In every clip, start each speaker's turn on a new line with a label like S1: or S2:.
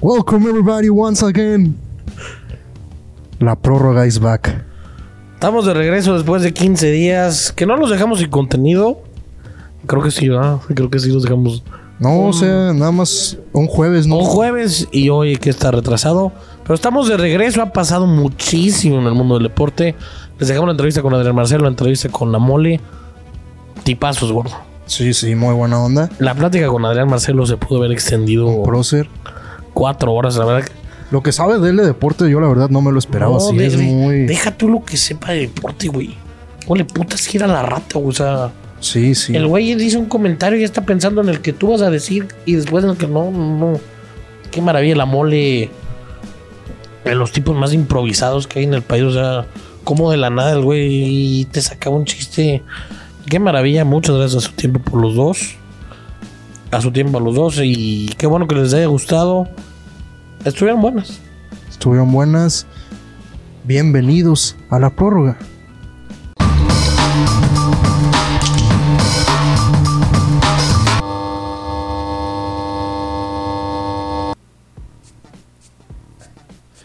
S1: Welcome everybody once again. La prórroga is back.
S2: Estamos de regreso después de 15 días. Que no los dejamos sin contenido. Creo que sí, ¿verdad? Creo que sí los dejamos.
S1: No,
S2: Oh.
S1: o sea, nada más un jueves, ¿no?
S2: Un jueves y hoy que está retrasado. Pero estamos de regreso. Ha pasado muchísimo en el mundo del deporte. Les dejamos la entrevista con Adrián Marcelo, la entrevista con la mole. Tipazos, gordo.
S1: Sí, sí, muy buena onda.
S2: La plática con Adrián Marcelo se pudo haber extendido
S1: Prócer.
S2: cuatro horas, la verdad.
S1: Lo que sabe de él de deporte, yo la verdad no me lo esperaba.
S2: No,
S1: sí,
S2: de-
S1: es
S2: de-
S1: muy.
S2: Deja tú lo que sepa de deporte, güey. No le putas gira la rata, güey. O sea,
S1: Sí, sí.
S2: el güey dice un comentario y ya está pensando en el que tú vas a decir y después en el que no, no. Qué maravilla, la mole. De los tipos más improvisados que hay en el país. O sea, como de la nada el güey te sacaba un chiste. Qué maravilla. Muchas gracias a su tiempo por los dos. A su tiempo a los dos. Y qué bueno que les haya gustado. Estuvieron buenas.
S1: Estuvieron buenas. Bienvenidos a la prórroga.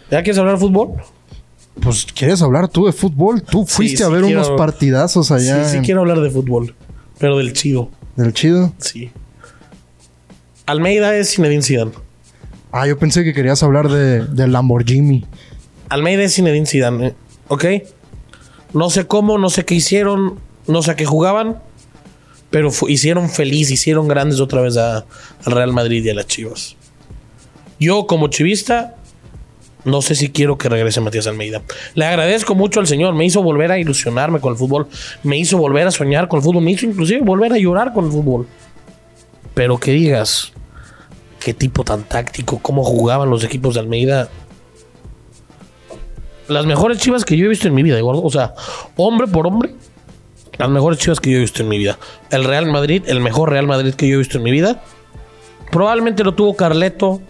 S2: ¿Ya quieres hablar de fútbol?
S1: Pues, ¿quieres hablar tú de fútbol? Tú fuiste
S2: sí
S1: a ver
S2: quiero-
S1: unos partidazos allá
S2: sí, sí
S1: en-
S2: quiero hablar de fútbol, pero del chido,
S1: del chido.
S2: sí. Almeida es Zinedine Zidane.
S1: Ah, yo pensé que querías hablar de, del Lamborghini.
S2: Almeida es Zinedine Zidane, ¿eh? ¿ok? No sé cómo, no sé qué hicieron, no sé a qué jugaban, pero fu- hicieron feliz, hicieron grandes otra vez a- al Real Madrid y a las Chivas. Yo como chivista, no sé si quiero que regrese Matías Almeida. Le agradezco mucho al señor, me hizo volver a ilusionarme con el fútbol, me hizo volver a soñar con el fútbol, me hizo inclusive volver a llorar con el fútbol. Pero que digas, qué tipo tan táctico, cómo jugaban los equipos de Almeida, las mejores chivas que yo he visto en mi vida, gordo. O sea, hombre por hombre, las mejores chivas que yo he visto en mi vida. El Real Madrid, el mejor Real Madrid que yo he visto en mi vida. Probablemente lo tuvo Carleto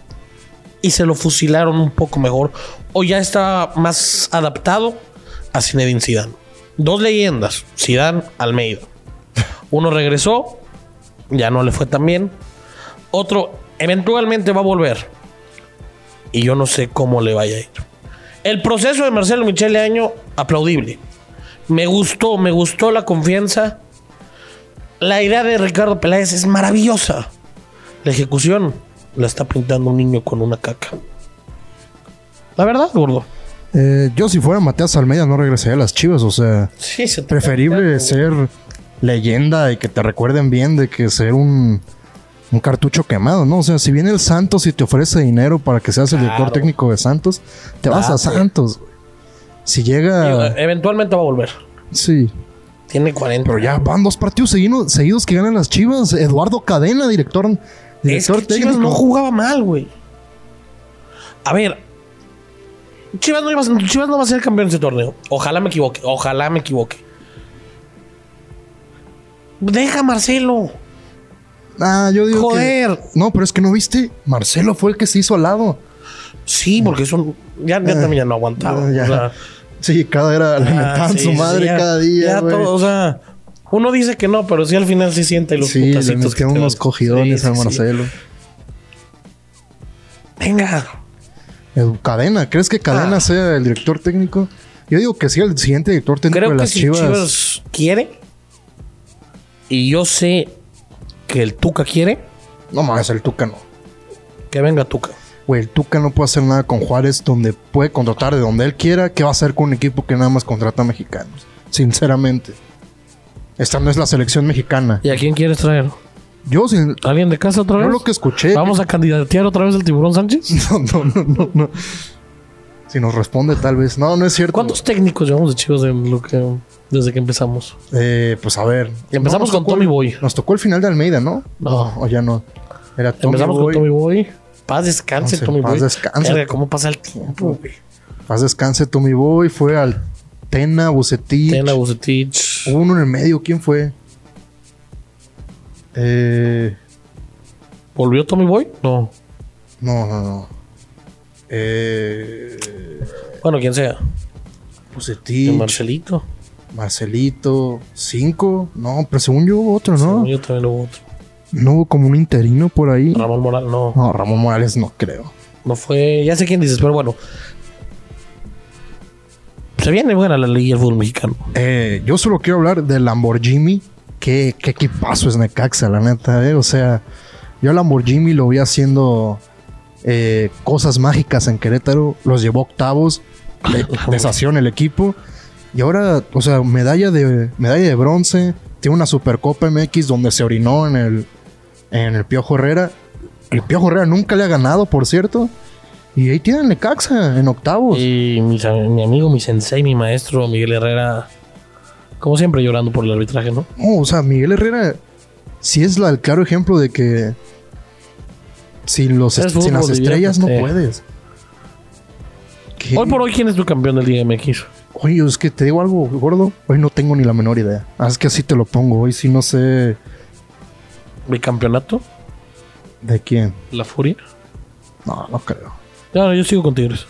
S2: y se lo fusilaron un poco mejor. O ya está más adaptado a Zinedine Zidane. Dos leyendas, Zidane, Almeida. Uno regresó, ya no le fue tan bien. Otro eventualmente va a volver. Y yo no sé cómo le vaya a ir. El proceso de Marcelo Michele Año, aplaudible. Me gustó, me gustó la confianza. La idea de Ricardo Peláez es maravillosa. La ejecución la está pintando un niño con una caca. La verdad, gordo.
S1: Eh, yo, si fuera Mateas Almeida, no regresaría a las chivas. O sea,
S2: Sí, se te-
S1: preferible ser leyenda y que te recuerden bien de que ser un, un cartucho quemado, ¿no? O sea, si viene el Santos y te ofrece dinero para que seas el director
S2: Claro.
S1: técnico de Santos, te vas a
S2: Ah, güey.
S1: Santos. güey. Si
S2: Digo, eh,
S1: llega.
S2: Eventualmente va a volver.
S1: Sí.
S2: Tiene 40.
S1: Pero ya van dos partidos seguido- seguidos que ganan las chivas. Eduardo Cadena, director,
S2: Es que
S1: director
S2: Chivas
S1: técnico.
S2: no jugaba mal, güey. A ver. Chivas no, iba a- Chivas no va a ser campeón de este torneo. Ojalá me equivoque. Ojalá me equivoque. Deja a Marcelo.
S1: Ah, yo digo que-
S2: Joder.
S1: No, pero es que no viste. Marcelo fue el que se hizo al lado.
S2: Sí, porque son. Ya, ya también ya no aguantaba.
S1: Ah, Mm. ya.
S2: O sea,
S1: Sí, cada era
S2: ah,
S1: alimentaban
S2: sí,
S1: su
S2: sí,
S1: madre
S2: ya-
S1: cada día.
S2: ya
S1: güey.
S2: todo, o sea, uno dice que no, pero sí al final sí siente los
S1: sí, le
S2: putacitos que
S1: metieron
S2: te
S1: unos
S2: dan.
S1: cogidones
S2: Sí,
S1: a
S2: sí, sí.
S1: Marcelo.
S2: Venga.
S1: Edu- Cadena, ¿crees que Cadena
S2: Ah.
S1: sea el director técnico? Yo digo que sí, el siguiente director técnico
S2: Creo
S1: de
S2: que
S1: las
S2: si
S1: Chivas.
S2: Chivas... quiere, y yo sé que el Tuca quiere,
S1: No más, el Tuca no.
S2: que venga Tuca.
S1: Güey, el Tuca no puede hacer nada con Juárez, donde puede contratar de donde él quiera. ¿Qué va a hacer con un equipo que nada más contrata mexicanos? Sinceramente. Esta no es la selección mexicana.
S2: ¿Y a quién quieres traer?
S1: Yo, sin-
S2: ¿Alguien de casa otra
S1: yo
S2: vez?
S1: lo que escuché.
S2: ¿Vamos a candidatear otra vez al tiburón Sánchez?
S1: No, no, no, no, no. Si nos responde, tal vez. No, no es cierto.
S2: ¿Cuántos técnicos llevamos de Chivas de lo que- desde que empezamos?
S1: Eh, pues a ver. No,
S2: Empezamos
S1: nos
S2: con
S1: tocó-
S2: Tommy Boy.
S1: Nos tocó el final de Almeida, ¿no?
S2: No.
S1: O ya no. Era Tommy
S2: Empezamos
S1: Boy.
S2: con Tommy Boy. Paz descanse,
S1: No sé,
S2: Tommy
S1: paz
S2: Boy.
S1: descanse.
S2: Verga, ¿Cómo pasa el tiempo, güey?
S1: Paz descanse, Tommy Boy. Fue al Tena, Bucetich.
S2: Tena Bucetich.
S1: Hubo uno en el medio. ¿Quién fue? Eh,
S2: ¿Volvió Tommy Boy? No.
S1: no, no, no. Eh,
S2: Bueno, quien sea.
S1: Bucetich,
S2: Marcelito.
S1: Marcelito. Cinco. No, pero según yo hubo otro, ¿no?
S2: Yo también hubo otro.
S1: No hubo como un interino por ahí.
S2: Ramón Morales, no.
S1: No, Ramón Morales no creo.
S2: No fue. Ya sé quién dices, pero bueno. Se viene buena la liga del fútbol mexicano.
S1: Eh, yo solo quiero hablar del Lamborghini. Qué, qué equipazo es Necaxa, la neta. eh. O sea, yo al Lamborghini lo vi haciendo eh, cosas mágicas en Querétaro. Los llevó octavos. Le deshació en el equipo. Y ahora, o sea, medalla de, medalla de bronce. Tiene una Supercopa MX donde se orinó en el, en el Piojo Herrera. El Piojo Herrera nunca le ha ganado, por cierto. Y ahí tienen Necaxa en octavos.
S2: Y mis am- mi, amigo, mi sensei, mi maestro, Miguel Herrera. Como siempre, llorando por el arbitraje, ¿no?
S1: No, o sea, Miguel Herrera sí es la- el claro ejemplo de que sin, los
S2: Es
S1: est- sin las
S2: fútbol,
S1: estrellas no
S2: diviértete.
S1: puedes. ¿Qué?
S2: Hoy por hoy, ¿quién es tu campeón del Liga MX?
S1: Oye, es que te digo algo, gordo. Hoy no tengo ni la menor idea. Ah, es que así te lo pongo. Hoy sí no sé
S2: ¿Bicampeonato?
S1: de quién.
S2: ¿La Furia?
S1: No, no creo.
S2: Claro, yo sigo con Tigres.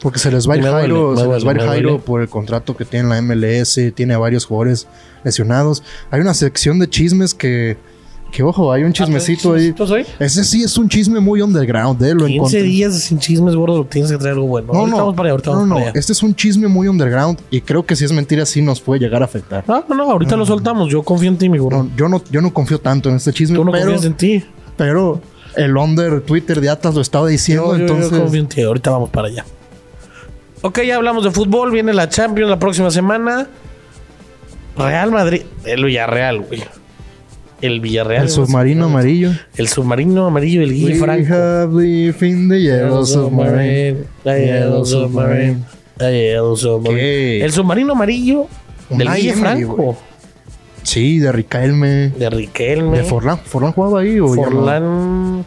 S1: Porque se les va a ir
S2: Me duele,
S1: Jairo,
S2: me
S1: se les va a ir
S2: duele, me
S1: Jairo
S2: duele.
S1: por el contrato que tiene la MLS, tiene a varios jugadores lesionados. Hay una sección de chismes que, que ojo,
S2: Ah,
S1: hay un chismecito ahí.
S2: ¿Tú soy?
S1: Ese sí es un chisme muy underground, eh, lo
S2: 15
S1: encontré.
S2: días sin chismes, gordo. Tienes que traer algo bueno.
S1: No,
S2: ahorita
S1: no,
S2: vamos para allá, ahorita
S1: no,
S2: vamos
S1: no,
S2: para allá.
S1: este es un chisme muy underground y creo que si es mentira sí nos puede llegar a afectar.
S2: Ah, no, no, ahorita lo soltamos. Yo confío en ti, mi gordo.
S1: No, yo, no, yo no confío tanto en este chisme,
S2: Tú no
S1: pero,
S2: confías en ti.
S1: pero el under Twitter de Atlas lo estaba diciendo,
S2: Yo, yo- yo
S1: entonces...
S2: confío en ti. Ahorita vamos para allá. Ok, ya hablamos de fútbol. Viene la Champions la próxima semana. Real Madrid. El Villarreal, güey. El Villarreal.
S1: el submarino amarillo.
S2: El submarino amarillo, el Guille
S1: We
S2: Franco.
S1: have lived in the yellow submarine.
S2: The Yellow Submarine. The Yellow Submarine.
S1: ¿Qué?
S2: El submarino amarillo del
S1: Unai
S2: Guille
S1: Emery,
S2: Franco.
S1: güey. Sí, de Ricaelme.
S2: De Riquelme.
S1: De Forlán. ¿Forlán jugaba ahí o ya no?
S2: Forlán.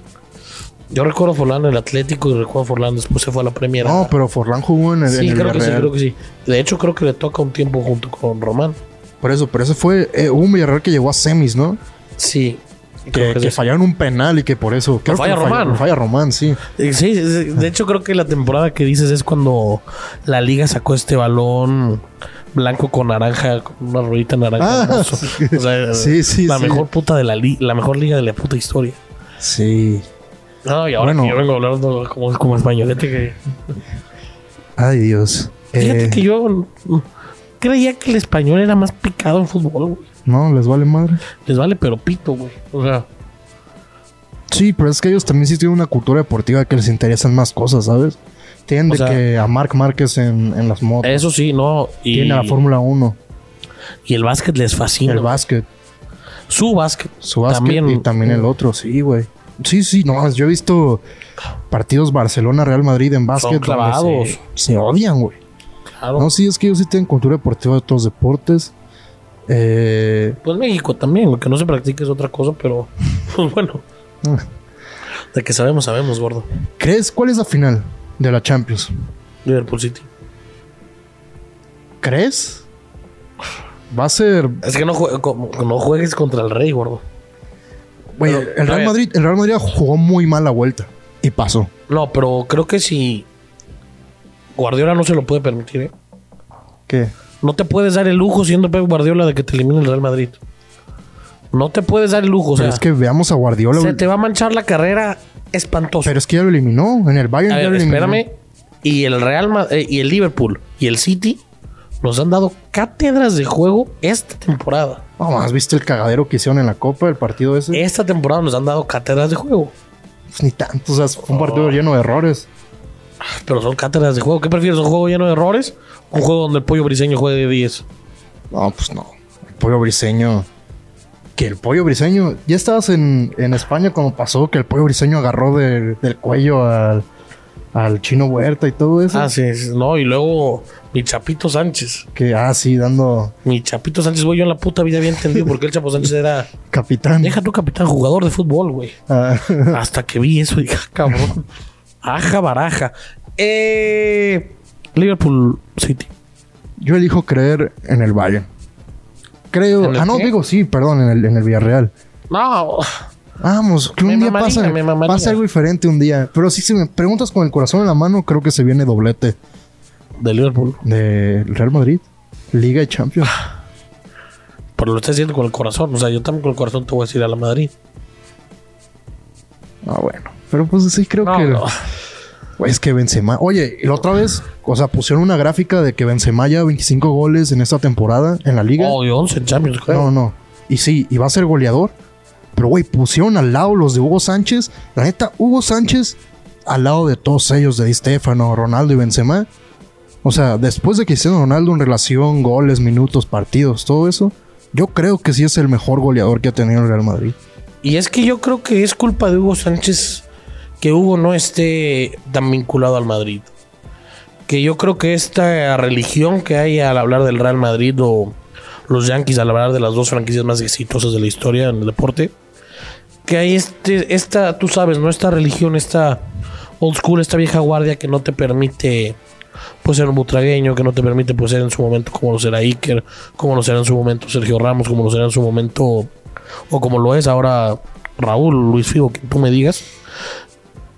S2: Yo recuerdo a Forlán en el Atlético y recuerdo a Forlán después se fue a la Premier.
S1: No, pero Forlán jugó en el,
S2: sí,
S1: en el
S2: creo que sí,
S1: Villarreal.
S2: creo que sí. De hecho, creo que le toca un tiempo junto con Román.
S1: Por eso, pero ese fue eh, un Villarreal que llegó a semis, ¿no?
S2: Sí. creo
S1: Que,
S2: que
S1: que
S2: es-
S1: fallaron un penal y que por eso. creo que
S2: falla
S1: lo falló-
S2: Román.
S1: lo Falla Román, sí.
S2: Eh, Sí, sí, sí. de hecho creo que la temporada que dices es cuando la liga sacó este balón blanco con naranja, con una ruedita naranja.
S1: Ah,
S2: hermoso.
S1: sí.
S2: O sea,
S1: Sí, sí,
S2: la
S1: sí.
S2: mejor puta de la liga, la mejor liga de la puta historia.
S1: Sí.
S2: No, y ahora
S1: Bueno. Eh.
S2: que yo vengo hablando como, como español. Fíjate que,
S1: Ay, Dios.
S2: fíjate
S1: Eh,
S2: que yo mm, creía que el español era más picado en fútbol, güey.
S1: No, les vale madre.
S2: Les vale pero pito, güey. O sea,
S1: Sí, pero es que ellos también sí tienen una cultura deportiva que les interesan más cosas, ¿sabes? Tienen
S2: O
S1: de
S2: sea-
S1: que a Marc Márquez en, en las motos.
S2: eso sí, no. Y,
S1: Tienen a la Fórmula 1,
S2: y el básquet les fascina.
S1: el
S2: güey.
S1: básquet,
S2: Su básquet. Mm,
S1: su básquet y también
S2: eh,
S1: el otro, sí, güey. Sí, sí, no, yo he visto partidos Barcelona-Real Madrid en básquet. donde
S2: clavados.
S1: Se, se odian, güey.
S2: Claro.
S1: No, sí, es que ellos sí tienen cultura deportiva de otros deportes. Eh,
S2: Pues México también, lo que no se practica es otra cosa, pero pues bueno.
S1: Mm.
S2: De que sabemos, sabemos, gordo.
S1: ¿Crees cuál es la final de la Champions?
S2: Liverpool City.
S1: ¿Crees? Va a ser.
S2: Es que no, jue- como- no juegues contra el rey, gordo.
S1: Güey,
S2: Pero,
S1: el,
S2: a
S1: Real
S2: ver.
S1: Madrid, el Real Madrid jugó muy mal la vuelta. Y pasó.
S2: No, pero creo que si Guardiola no se lo puede permitir, ¿eh?
S1: ¿Qué?
S2: No te puedes dar el lujo siendo Pep Guardiola de que te elimine el Real Madrid. No te puedes dar el lujo, o
S1: Pero
S2: sea,
S1: es que veamos a Guardiola.
S2: se
S1: güey.
S2: te va a manchar la carrera espantosa.
S1: Pero es que ya lo eliminó. En el Bayern
S2: A
S1: ya
S2: ver,
S1: lo eliminó.
S2: espérame. Y el Real Ma- eh, y el Liverpool y el City nos han dado cátedras de juego esta temporada.
S1: No más, ¿viste el cagadero que hicieron en la Copa, el partido ese?
S2: Esta temporada nos han dado cátedras de juego.
S1: Pues ni tanto. O sea, fue un partido lleno de errores.
S2: Pero son cátedras de juego. ¿Qué prefieres? ¿Un juego lleno de errores? ¿Un juego donde el pollo briseño juegue de 10?
S1: No, pues no. El pollo briseño. Que el pollo briseño. Ya estabas en, en España cuando pasó que el pollo briseño agarró de- del cuello al, al chino Huerta y todo eso.
S2: Ah, sí, sí, No, y luego mi Chapito Sánchez.
S1: Que, ah, sí, dando
S2: Mi Chapito Sánchez, güey, yo en la puta vida había entendido por qué el Chapo Sánchez era.
S1: capitán.
S2: Deja tu capitán jugador de fútbol, güey.
S1: Ah,
S2: Hasta que vi eso, dije, "Ah, cabrón. Aja baraja. Eh, Liverpool City.
S1: yo elijo creer en el Bayern. Creo.
S2: ¿En el
S1: Ah, no,
S2: qué?
S1: digo sí, perdón, en el, en el Villarreal.
S2: No,
S1: Vamos, que un
S2: Me
S1: día
S2: mamaría,
S1: pasa,
S2: me mamaría.
S1: pasa algo diferente un día. Pero sí, si me preguntas con el corazón en la mano, creo que se viene doblete
S2: de Liverpool.
S1: del Real Madrid, Liga y Champions. Ah,
S2: Pero lo estás diciendo con el corazón. O sea, yo también con el corazón te voy a decir a la Madrid.
S1: Ah, bueno. Pero pues sí, creo
S2: No,
S1: que.
S2: no.
S1: Güey, es que Benzema. Oye, y la otra vez, o sea, pusieron una gráfica de que Benzema ya 25 goles en esta temporada en la liga.
S2: Oh, y 11 en Champions, creo.
S1: No, no. Y sí, y va a ser goleador. Pero, güey, pusieron al lado los de Hugo Sánchez. La neta, Hugo Sánchez al lado de todos ellos, de Di Stefano, Ronaldo y Benzema. O sea, después de Cristiano Ronaldo en relación, goles, minutos, partidos, todo eso, yo creo que sí es el mejor goleador que ha tenido el Real Madrid.
S2: Y es que yo creo que es culpa de Hugo Sánchez que Hugo no esté tan vinculado al Madrid. Que yo creo que esta religión que hay al hablar del Real Madrid o los Yankees al hablar de las dos franquicias más exitosas de la historia en el deporte, que hay este, esta, tú sabes, ¿no? Esta religión, esta old school, esta vieja guardia que no te permite pues ser un butragueño, que no te permite pues ser en su momento como lo será Iker, como lo será en su momento Sergio Ramos, como lo será en su momento o como lo es ahora Raúl, Luis Figo, que tú me digas,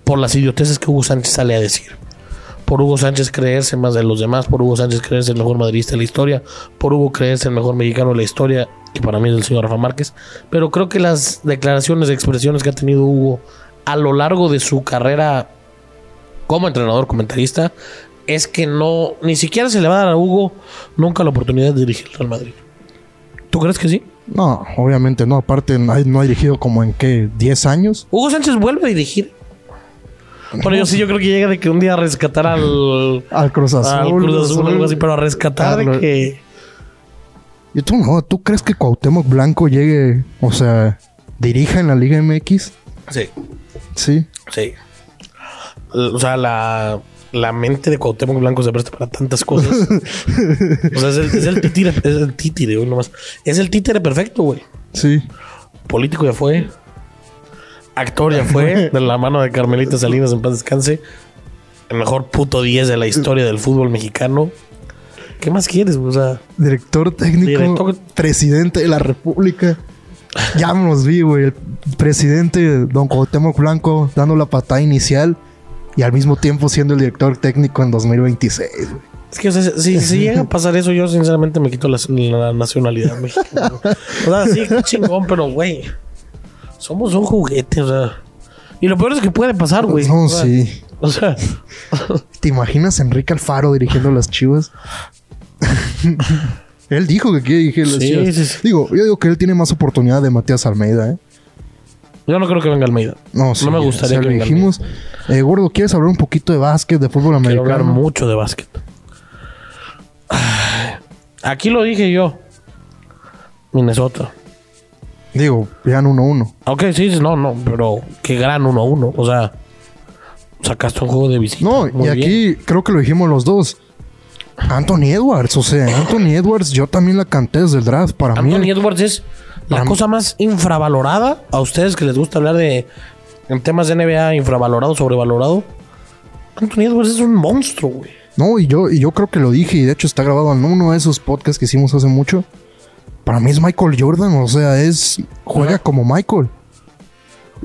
S2: por las idioteces que Hugo Sánchez sale a decir. Por Hugo Sánchez creerse más de los demás, por Hugo Sánchez creerse el mejor madridista de la historia, por Hugo creerse el mejor mexicano de la historia, que para mí es el señor Rafa Márquez. Pero creo que las declaraciones, expresiones que ha tenido Hugo a lo largo de su carrera como entrenador, comentarista, es que no, ni siquiera se le va a dar a Hugo nunca la oportunidad de dirigir el Real Madrid. ¿Tú crees que sí?
S1: No, obviamente no. Aparte, no ha, no ha dirigido como en qué, 10 años.
S2: Hugo Sánchez vuelve a dirigir. Bueno, yo sí, yo creo que llega de que un día a rescatar al,
S1: Al Cruz Azul.
S2: al Ah, Cruz Azul, algo así, pero a rescatar de
S1: Claro.
S2: que.
S1: Y tú no, ¿tú crees que Cuauhtémoc Blanco llegue, o sea, dirija en la Liga MX?
S2: Sí,
S1: Sí.
S2: sí. O sea, la, la mente de Cuauhtémoc Blanco se presta para tantas cosas. o sea, es el, es el títere, es el títere, hoy nomás. Es el títere perfecto, güey.
S1: Sí.
S2: Político ya fue. Actor ya fue. De la mano de Carmelita Salinas en paz descanse. El mejor puto 10 de la historia del fútbol mexicano. ¿Qué más quieres? güey? O sea,
S1: Director técnico,
S2: Director-
S1: presidente de la República. Ya nos vi, güey. El presidente Don Cuauhtémoc Blanco dando la patada inicial y al mismo tiempo siendo el director técnico en 2026. güey.
S2: es que o sea, si, si llega a pasar eso, yo sinceramente me quito la, la nacionalidad mexicana. O sea, sí, qué chingón, pero güey. Somos un juguete, o sea. Y lo peor es que puede pasar, güey.
S1: No,
S2: o sea,
S1: sí.
S2: O sea,
S1: ¿Te imaginas a Enrique Alfaro dirigiendo las Chivas? él dijo que quiere dirigir las
S2: Sí,
S1: Chivas.
S2: sí, sí.
S1: Digo, yo digo que él tiene más oportunidad de Matías Almeida, ¿eh?
S2: yo no creo que venga Almeida.
S1: No, sí,
S2: no me
S1: ya,
S2: gustaría
S1: o sea,
S2: que
S1: lo
S2: venga Almeida.
S1: dijimos. Eh, gordo, ¿quieres hablar un poquito de básquet, de fútbol
S2: Quiero hablar
S1: americano?
S2: mucho de básquet. Aquí lo dije yo. Minnesota.
S1: Digo, vean 1-1.
S2: Ok, sí, sí, no, no, pero qué gran 1-1. O sea, sacaste un juego de visita.
S1: No,
S2: Muy
S1: y
S2: bien.
S1: aquí creo que lo dijimos los dos. Anthony Edwards, o sea, Anthony Edwards, yo también la canté desde el draft. Para
S2: Anthony
S1: mí,
S2: Edwards es la
S1: Para mí-
S2: cosa más infravalorada. A ustedes que les gusta hablar de en temas de NBA, infravalorado, sobrevalorado. Anthony Edwards es un monstruo, güey.
S1: no, y yo, y yo creo que lo dije, y de hecho está grabado en uno de esos podcasts que hicimos hace mucho. Para mí es Michael Jordan, o sea, es juega como Michael.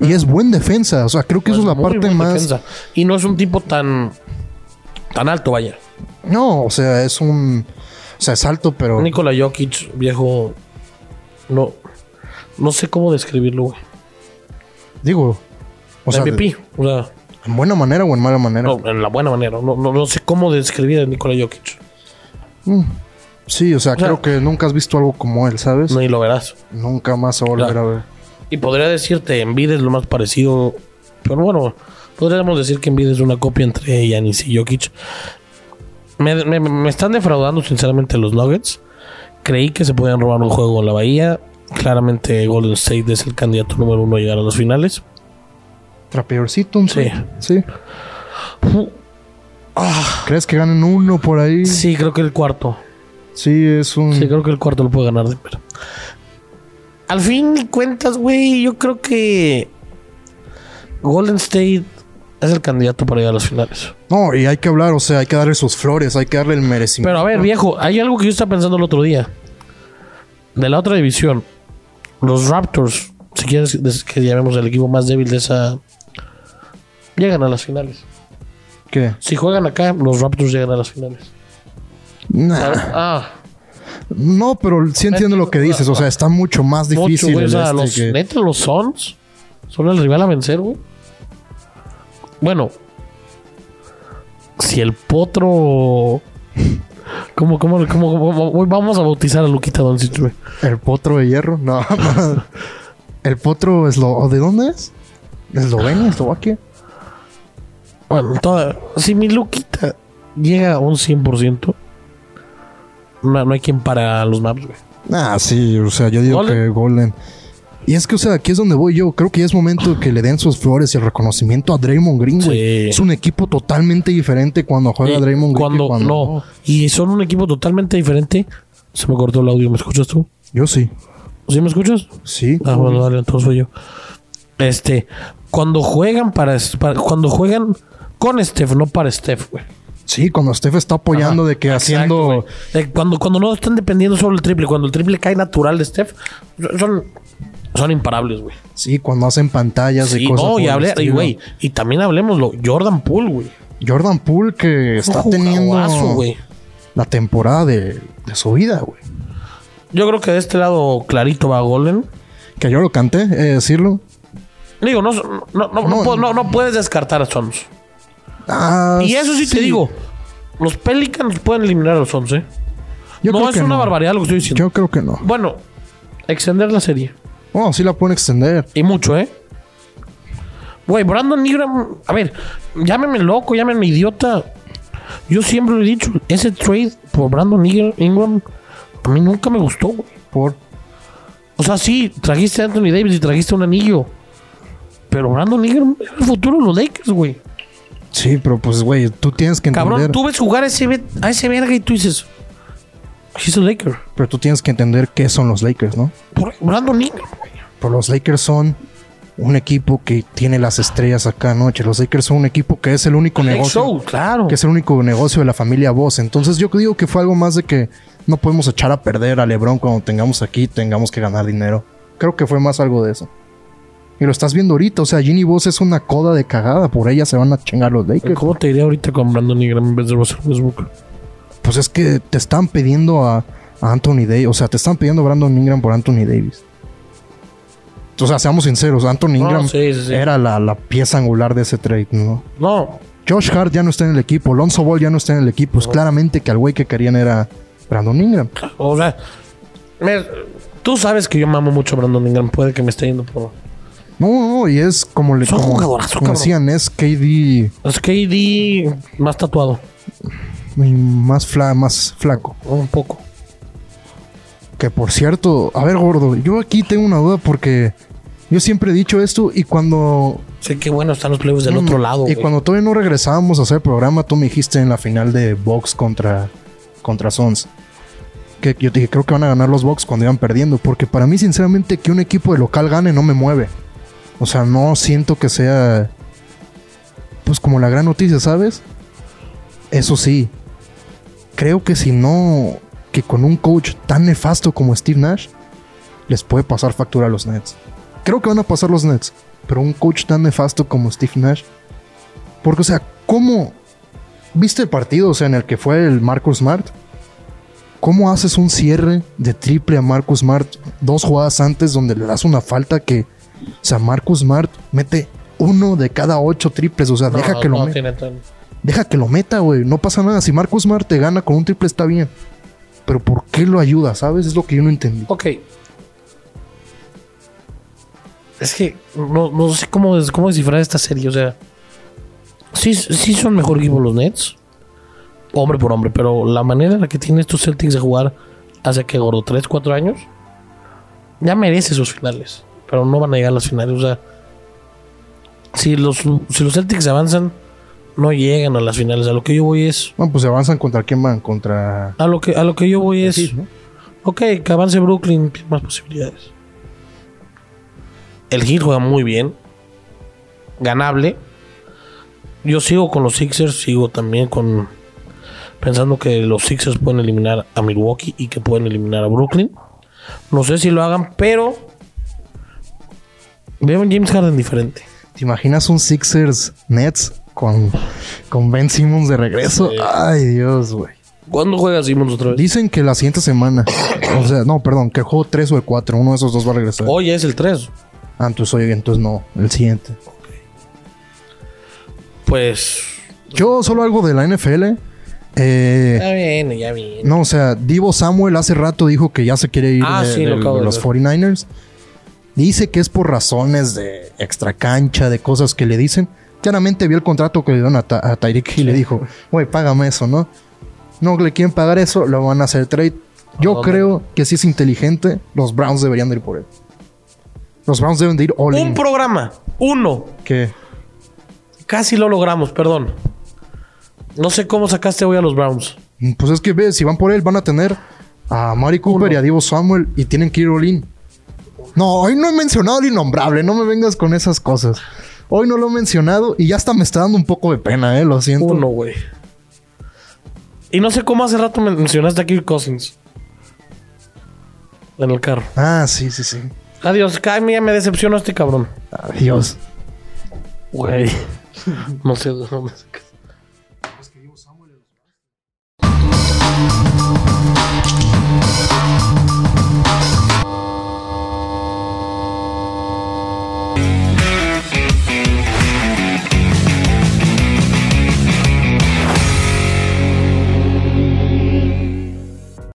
S1: Y es buen defensa, o sea, creo que eso es la
S2: Pues Muy
S1: parte
S2: buena
S1: más.
S2: defensa. Y no es un tipo tan, tan alto, vaya.
S1: No, o sea, es un. O sea, es alto, pero.
S2: Nikola Jokic, viejo. No. No sé cómo describirlo, güey.
S1: Digo. O sea, eh.
S2: MVP. O sea,
S1: en buena manera o en mala manera.
S2: no, en la buena manera. No, no, no sé cómo describir a Nikola Jokic.
S1: Mm. Sí, o sea,
S2: sea-
S1: creo que nunca has visto algo como él, ¿sabes?
S2: Ni lo verás.
S1: Nunca más se va a volver
S2: Claro.
S1: a ver.
S2: Y podría decirte, Embiid es lo más parecido. Pero bueno, podríamos decir que Embiid es una copia entre Yanis y Jokic. Me, me- me están defraudando, sinceramente, los Nuggets. Creí que se podían robar un juego en la Bahía. Claramente, Golden State es el candidato número uno a llegar a las finales.
S1: Trapeorcito, un
S2: Sí.
S1: sí. sí. ¿Crees que ganen uno por ahí? Sí,
S2: Sí, creo que el cuarto.
S1: es un.
S2: Sí, creo que el cuarto lo puede ganar Denver. Al fin y cuentas, güey, yo creo que Golden State es el candidato para ir a las finales.
S1: No, y hay que hablar, o sea, hay que darle sus flores, hay que darle el merecimiento.
S2: Pero a ver, viejo, hay algo que yo estaba pensando el otro día. De la otra división, los Raptors, si quieres des- que llamemos el equipo más débil de esa, llegan a las finales.
S1: ¿Qué?
S2: Si juegan acá, los Raptors llegan a las finales.
S1: Nah.
S2: Ah,
S1: No, pero sí entiendo lo que dices, o sea, está mucho más
S2: mucho,
S1: difícil.
S2: güey. O
S1: el
S2: sea,
S1: este
S2: los,
S1: que-
S2: neta, los Suns son el rival a vencer, güey. Bueno, si el potro. ¿Cómo, cómo, cómo, cómo- cómo- Vamos a bautizar a Luquita Doncic, güey.
S1: El potro de hierro. No, madre. El potro es lo. ¿De dónde es? ¿De Eslovenia? ¿Eslovaquia?
S2: Bueno, toda- si mi Luquita llega a un 100%, no, no hay quien para los maps, güey.
S1: Ah, sí, o sea, yo digo
S2: Golden.
S1: que Golden. Y es que, o sea, aquí es donde voy yo. Creo que ya es momento de que le den sus flores y el reconocimiento a Draymond Green, güey.
S2: Sí.
S1: Es un equipo totalmente diferente cuando juega
S2: Y
S1: Draymond Green. que
S2: cuando, no. Y son un equipo totalmente diferente. Se me cortó el audio. ¿Me escuchas tú?
S1: Yo sí.
S2: ¿Sí me escuchas?
S1: Sí.
S2: Ah, bueno, dale, entonces soy yo. Este, cuando juegan para, para- cuando juegan con Steph, no para Steph, güey.
S1: Sí, cuando Steph está apoyando
S2: Ajá.
S1: de que
S2: Exacto,
S1: haciendo.
S2: güey. Eh, cuando, cuando no están dependiendo solo del triple, cuando el triple cae natural de Steph, son, son imparables, güey.
S1: sí, cuando hacen pantallas y
S2: Sí,
S1: cosas.
S2: no,
S1: por
S2: y
S1: el
S2: hablé, y
S1: estilo.
S2: güey, y también hablemoslo, Jordan Poole, güey.
S1: Jordan Poole que está
S2: Un
S1: teniendo
S2: jugadorazo, güey.
S1: la temporada de, de su vida, güey.
S2: Yo creo que de este lado clarito va Golden.
S1: Que yo lo canté, he de decirlo.
S2: Digo, no, no, no, no,
S1: No.
S2: puedo- no- no puedes descartar a Suns.
S1: Ah,
S2: Y eso sí, te digo, los Pelicans pueden eliminar a los Suns, ¿eh?
S1: Yo
S2: no
S1: creo
S2: es
S1: que
S2: una
S1: no.
S2: barbaridad lo que estoy diciendo.
S1: Yo creo que no.
S2: Bueno, extender la serie.
S1: No, sí la pueden extender.
S2: Y mucho, ¿eh? Güey, Brandon Ingram, a ver, llámeme loco, llámeme idiota. Yo siempre lo he dicho, ese trade por Brandon Ingram- Ingram a mí nunca me gustó, güey.
S1: Por
S2: O sea, sí, trajiste a Anthony Davis y trajiste un anillo. Pero Brandon Ingram era el futuro de los Lakers, güey.
S1: Sí, pero pues, güey, tú tienes que entender.
S2: Cabrón, tú ves jugar a ese, ve- a ese verga y tú dices, he's a Laker.
S1: Pero tú tienes que entender qué son los Lakers, ¿no?
S2: Por Brandon Ingram, güey.
S1: Pero los Lakers son un equipo que tiene las estrellas acá noche. Los Lakers son un equipo que es el único
S2: Next
S1: negocio.
S2: show, claro.
S1: Que es el único negocio de la familia Voss. Entonces yo digo que fue algo más de que no podemos echar a perder a Lebron cuando tengamos aquí, tengamos que ganar dinero. Creo que fue más algo de eso. Y lo estás viendo ahorita, o sea, Ginny Voss es una coda de cagada, por ella se van a chingar los Lakers.
S2: ¿Cómo te iría ahorita con Brandon Ingram en vez de Russell Westbrook?
S1: Pues es que te están pidiendo a, a Anthony Davis. O sea, te están pidiendo a Brandon Ingram por Anthony Davis. O sea, seamos sinceros, Anthony Ingram
S2: No, sí, sí, sí.
S1: era la, la pieza angular de ese trade, ¿no?
S2: No,
S1: Josh Hart ya no está en el equipo, Lonzo Ball ya no está en el equipo. Es claramente que al güey que querían era Brandon Ingram.
S2: o sea, me- tú sabes que yo mamo mucho a Brandon Ingram. Puede que me esté yendo por.
S1: No, no, no, y es como le
S2: Es un
S1: como-
S2: jugadorazo,
S1: como
S2: cabrón.
S1: decían, es KD
S2: Es KD más tatuado,
S1: más, fla, más flaco.
S2: un poco.
S1: Que por cierto, a ver, gordo, yo aquí tengo una duda porque yo siempre he dicho esto y cuando
S2: Sé que bueno están los playoffs del
S1: Mm,
S2: otro lado.
S1: Y
S2: güey.
S1: cuando todavía no regresábamos a hacer programa, tú me dijiste en la final de Box contra, contra Sons. Que yo te dije, creo que van a ganar los Box cuando iban perdiendo. Porque para mí, sinceramente, que un equipo de local gane no me mueve. O sea, no siento que sea. Pues como la gran noticia, ¿sabes? Eso sí. Creo que si no. Que con un coach tan nefasto como Steve Nash. Les puede pasar factura a los Nets. Creo que van a pasar los Nets. Pero un coach tan nefasto como Steve Nash. Porque, o sea, ¿cómo viste el partido o sea, en el que fue el Marcus Smart? ¿Cómo haces un cierre de triple a Marcus Smart dos jugadas antes donde le das una falta que, o sea, Marcus Smart mete uno de cada ocho triples, o sea,
S2: No,
S1: deja que
S2: no
S1: lo meta.
S2: tiene tan-
S1: Deja que lo meta, güey. No pasa nada. Si Marcus Smart te gana con un triple, está bien. Pero ¿por qué lo ayuda? ¿Sabes? Es lo que yo no entendí.
S2: Ok. Es que no, no sé cómo, des- cómo descifrar esta serie. O sea, sí, sí son mejor equipo los Nets. Hombre por hombre. Pero la manera en la que tienen estos Celtics de jugar hace que gordo 3, 4 años. Ya merece sus finales. Pero no van a llegar a las finales. O sea, si los, si los Celtics avanzan, no llegan a las finales. A lo que yo voy es.
S1: Bueno, pues se avanzan contra quién van? Contra.
S2: A lo que, a lo que yo voy es.
S1: Sí, ¿no?
S2: Ok, que avance Brooklyn, tiene más posibilidades. El Heat juega muy bien. Ganable. Yo sigo con los Sixers, sigo también con. Pensando que los Sixers pueden eliminar a Milwaukee y que pueden eliminar a Brooklyn. No sé si lo hagan, pero. Veo un James Harden diferente.
S1: ¿Te imaginas un Sixers Nets con, con Ben Simmons de regreso?
S2: Sí.
S1: Ay, Dios, güey.
S2: ¿Cuándo juega Simmons otra vez?
S1: Dicen que la siguiente semana. o sea, no, perdón, que el juego 3 o el 4. Uno de esos dos va a regresar.
S2: Hoy es el 3.
S1: Ah, entonces, oye, entonces no, el siguiente.
S2: Pues.
S1: Yo solo algo de la NFL. Eh,
S2: Ya viene, ya viene.
S1: No, o sea, Divo Samuel hace rato dijo que ya se quiere ir
S2: Ah,
S1: de,
S2: sí, lo
S1: de
S2: acabo de
S1: los
S2: ver.
S1: 49ers. Dice que es por razones de extracancha, de cosas que le dicen. Claramente vio el contrato que le dieron a, Ta- a Tyreek y le dijo, güey, págame eso, ¿no? No le quieren pagar eso, lo van a hacer trade.
S2: ¿A
S1: Yo
S2: dónde?
S1: creo que si es inteligente, los Browns deberían de ir por él. Los Browns deben de ir all
S2: Un
S1: in.
S2: programa, uno.
S1: ¿Qué?
S2: Casi lo logramos, perdón. No sé cómo sacaste hoy a los Browns.
S1: Pues es que ve, si van por él, van a tener a Mari Cooper y a Divo Samuel y tienen que ir all in. No, hoy no he mencionado al innombrable, no me vengas con esas cosas. Hoy no lo he mencionado y ya hasta me está dando un poco de pena, eh, lo siento.
S2: Uno, güey. Y no sé cómo hace rato men- mencionaste a Kirk Cousins. En el carro.
S1: Ah, sí, sí, sí.
S2: Adiós, cada día me decepcionó este cabrón.
S1: Adiós.
S2: Güey. No sé, no me sé qué.